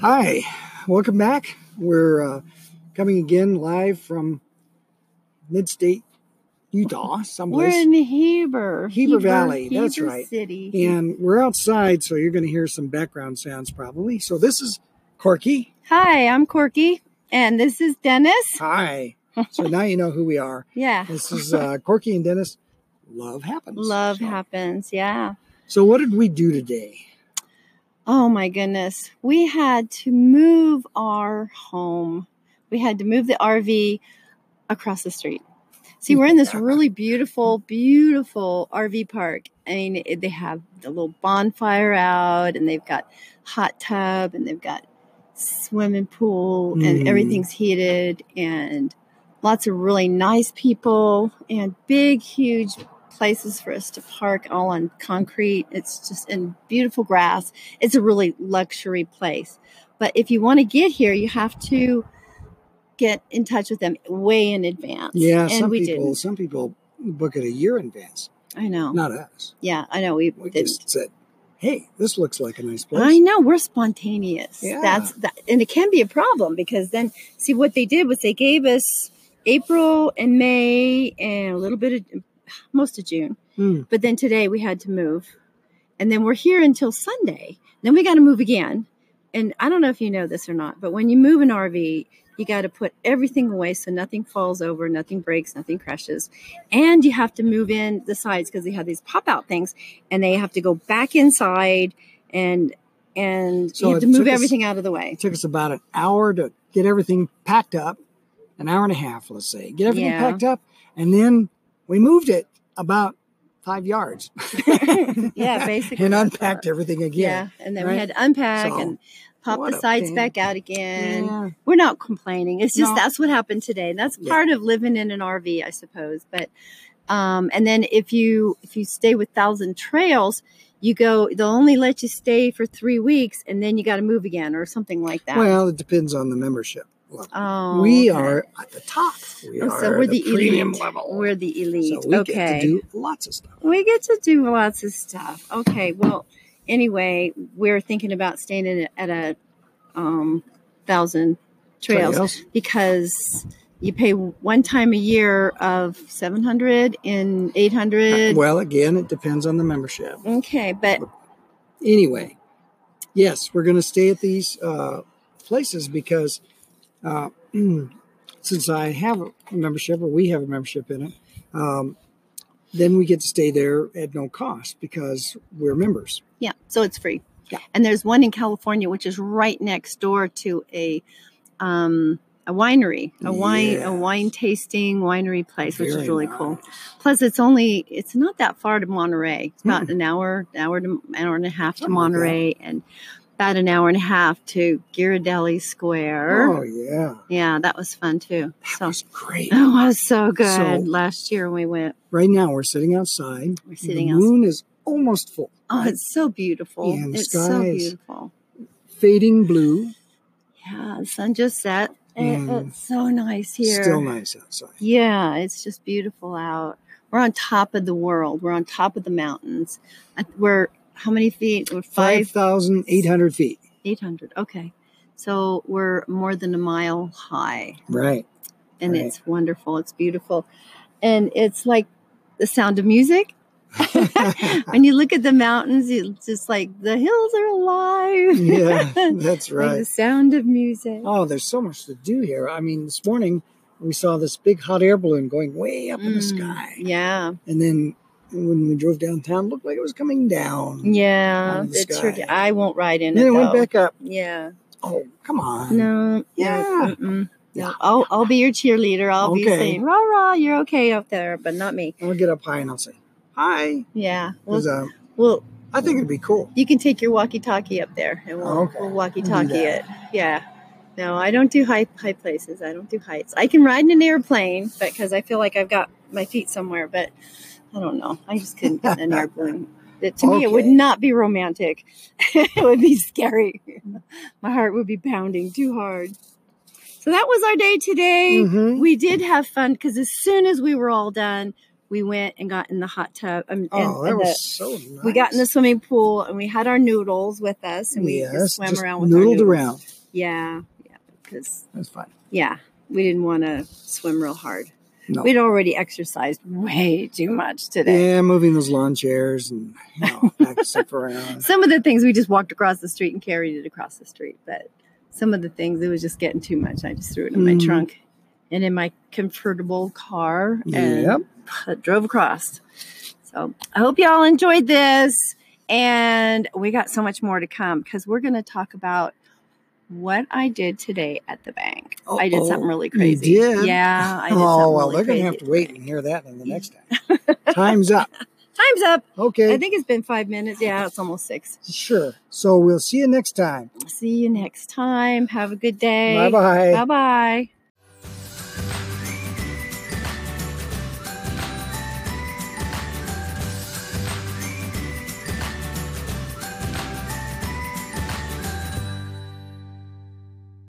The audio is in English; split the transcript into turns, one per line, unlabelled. Hi, welcome back. We're uh, coming again live from Midstate Utah,
We're
someplace,
in Heber.
Heber Valley, that's
Heber
right.
City.
and we're outside, so you're going to hear some background sounds probably. So this is Corky.
Hi, I'm Corky, and this is Dennis.
Hi. So now you know who we are.
Yeah,
This is uh, Corky and Dennis. Love happens.
love
so,
happens. Yeah.
So what did we do today?
Oh my goodness. We had to move our home. We had to move the RV across the street. See, we're in this really beautiful, beautiful RV park. I mean, it- they have the little bonfire out, and they've got hot tub, and they've got swimming pool, and
Mm.
everything's heated, and lots of really nice people, and big, huge places for us to park, all on concrete. It's just and beautiful grass. It's a really luxury place. But if you want to get here, you have to get in touch with them way in advance.
Yeah,
and
some
we
people
didn't.
some people book it a year in advance.
I know.
Not us.
Yeah, I know. We,
We
didn't.
just said, "Hey, this looks like a nice place."
I know we're spontaneous.
Yeah.
That's that, and it can be a problem because then see what they did was they gave us April and May and a little bit of most of June,
Hmm.
but then today we had to move, and then we're here until Sunday. Then we got to move again, and I don't know if you know this or not, but when you move an RV. You got to put everything away so nothing falls over, nothing breaks, nothing crashes. And you have to move in the sides because they have these pop out things and they have to go back inside and and
So
you have to
it took
move
us-
everything out of the way.
It took us about an hour to get everything packed up, an hour and a half, let's say, get everything
Yeah.
packed up, and then we moved it about five yards.
yeah, basically.
and
that's
unpacked
all.
everything
Yeah,
again.
and then
right?
we had to unpack
So,
and pop
what
the
a
sides
pain.
back out again.
Yeah.
We're not complaining. It's just
No.
that's what happened today. And that's
Yeah.
part of living in an RV, I suppose. But um, and then if you if you stay with Thousand Trails, you go. They'll only let you stay for three weeks, and then you got to move again or something like that.
Well, it depends on the membership. level.
oh,
we
okay.
are at the top. We
Oh,
are
so we're
the,
the,
premium
elite.
level.
We're the elite.
so we
okay.
get to do lots of stuff.
We get to do lots of stuff. Okay. Well, anyway, we're thinking about staying in, at a um, thousand trails because you pay one time a year of 700 and 800.
Well, again, it depends on the membership.
okay. But
anyway, yes, we're going to stay at these uh, places because uh, since I have a membership or we have a membership in it, um, then we get to stay there at no cost because we're members.
yeah, so it's free.
Yeah.
And there's one in California, which is right next door to a, um, a winery, a wine,
Yes.
a wine tasting winery place, which
Very
is really
nice.
cool. Plus, it's only it's not that far to Monterey. It's about an hour, hour to hour and a half to
Hmm. Something like that.
Monterey, and about an hour and a half to Ghirardelli Square.
Oh yeah,
Yeah, that was fun too.
that
So
was great.
that was so good
So-
last year when we went.
Right now we're sitting outside.
We're sitting
the
outside.
moon is almost full,
Oh, it's so beautiful.
Yeah, and the
it's
sky
so
is-
beautiful.
fading blue.
Yeah, the sun just set. and
And
it's so nice here.
Still nice outside.
Yeah, it's just beautiful out. We're on top of the world. We're on top of the mountains. I- We're how many feet? We're
Five
five,
thousand eight hundred feet.
eight hundred. Okay, so we're more than a mile high,
Right.
and
Right.
it's wonderful. It's beautiful, and it's like the sound of music. when you look at the mountains, it's just like the hills are alive.
yeah, that's
like
right.
the sound of music.
Oh, there's so much to do here. I mean, this morning we saw this big hot air balloon going way up in the
Mm,
sky.
Yeah,
And then when we drove downtown, it looked like it was coming down. Out
yeah.
of the
It sure.
sky.
I won't ride in
And then
it.
it went
though.
back up.
Yeah.
Oh, come on.
No.
Yeah.
No. Mm-mm.
Yeah.
No. I'll, I'll be your cheerleader. I'll be
Okay.
saying, rah, rah, you're okay up there, but not me.
I'll get up high and I'll say, hi.
Yeah. Well,
Because um,
well
I think it'd be cool.
you can take your walkie talkie up there and we'll,
Oh, okay.
we'll
We'll
walkie
do
talkie
that.
it. Yeah. No, I don't do high, high places. I don't do heights. I can ride in an airplane but because I feel like I've got my feet somewhere, but I don't know. I just couldn't get in an airplane. It, to me, it would
Okay.
not be romantic. it would be scary. My heart would be pounding too hard. So that was our day today.
Mm-hmm.
we did have fun because as soon as we were all done, we went and got in the hot tub. Um, and-
Oh, that
and
was
the-
so nice.
we got in the swimming pool and we had our noodles with us and we
yes,
just swam around with
noodled
our noodles.
around.
Yeah, yeah, because
That's fine.
yeah, we didn't want to swim real hard.
No.
We'd already exercised way too much today.
Yeah, moving those lawn chairs and you know, back and stuff around.
Some of the things we just walked across the street and carried it across the street, but some of the things it was just getting too much. I just threw it in my
Mhm.
trunk and in my comfortable car and
Yep.
drove across. So I hope y'all enjoyed this. And we got so much more to come because we're going to talk about what I did today at the bank. I did
Uh-oh.
something really
Oh, You
crazy.
did?
Yeah. I did
Oh
something
well,
really
they're gonna
crazy
have to wait and
today.
hear that in the next time. Time's up.
Time's up.
Okay.
I think it's been five minutes. Yeah, it's almost six.
sure. So we'll see you next time.
See you next time. Have a good day.
Bye bye.
Bye bye.